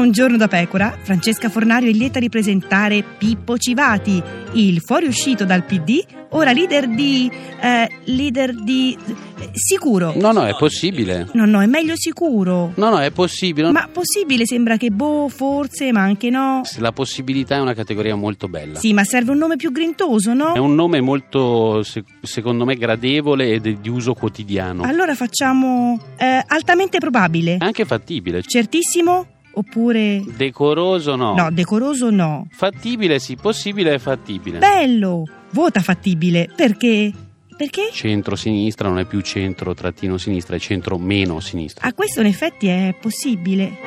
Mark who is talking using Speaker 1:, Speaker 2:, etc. Speaker 1: Buongiorno da pecora, Francesca Fornario è lieta di presentare Pippo Civati, il fuoriuscito dal PD, ora leader di... eh, leader di... eh, sicuro.
Speaker 2: No, no, è possibile.
Speaker 1: No, no, è meglio sicuro.
Speaker 2: No, no, è possibile.
Speaker 1: Ma possibile sembra che boh, forse, ma anche no.
Speaker 2: La possibilità è una categoria molto bella.
Speaker 1: Sì, ma serve un nome più grintoso, no?
Speaker 2: È un nome molto, se- secondo me, gradevole e de- di uso quotidiano.
Speaker 1: Allora facciamo eh, altamente probabile.
Speaker 2: È Anche fattibile.
Speaker 1: Certissimo? Oppure...
Speaker 2: Decoroso no. Eh.
Speaker 1: No, decoroso no.
Speaker 2: Fattibile sì, possibile è fattibile.
Speaker 1: Bello! Vota fattibile. Perché? Perché?
Speaker 2: Centro-sinistra non è più centro-sinistra, è centro meno sinistra.
Speaker 1: A questo in effetti è possibile.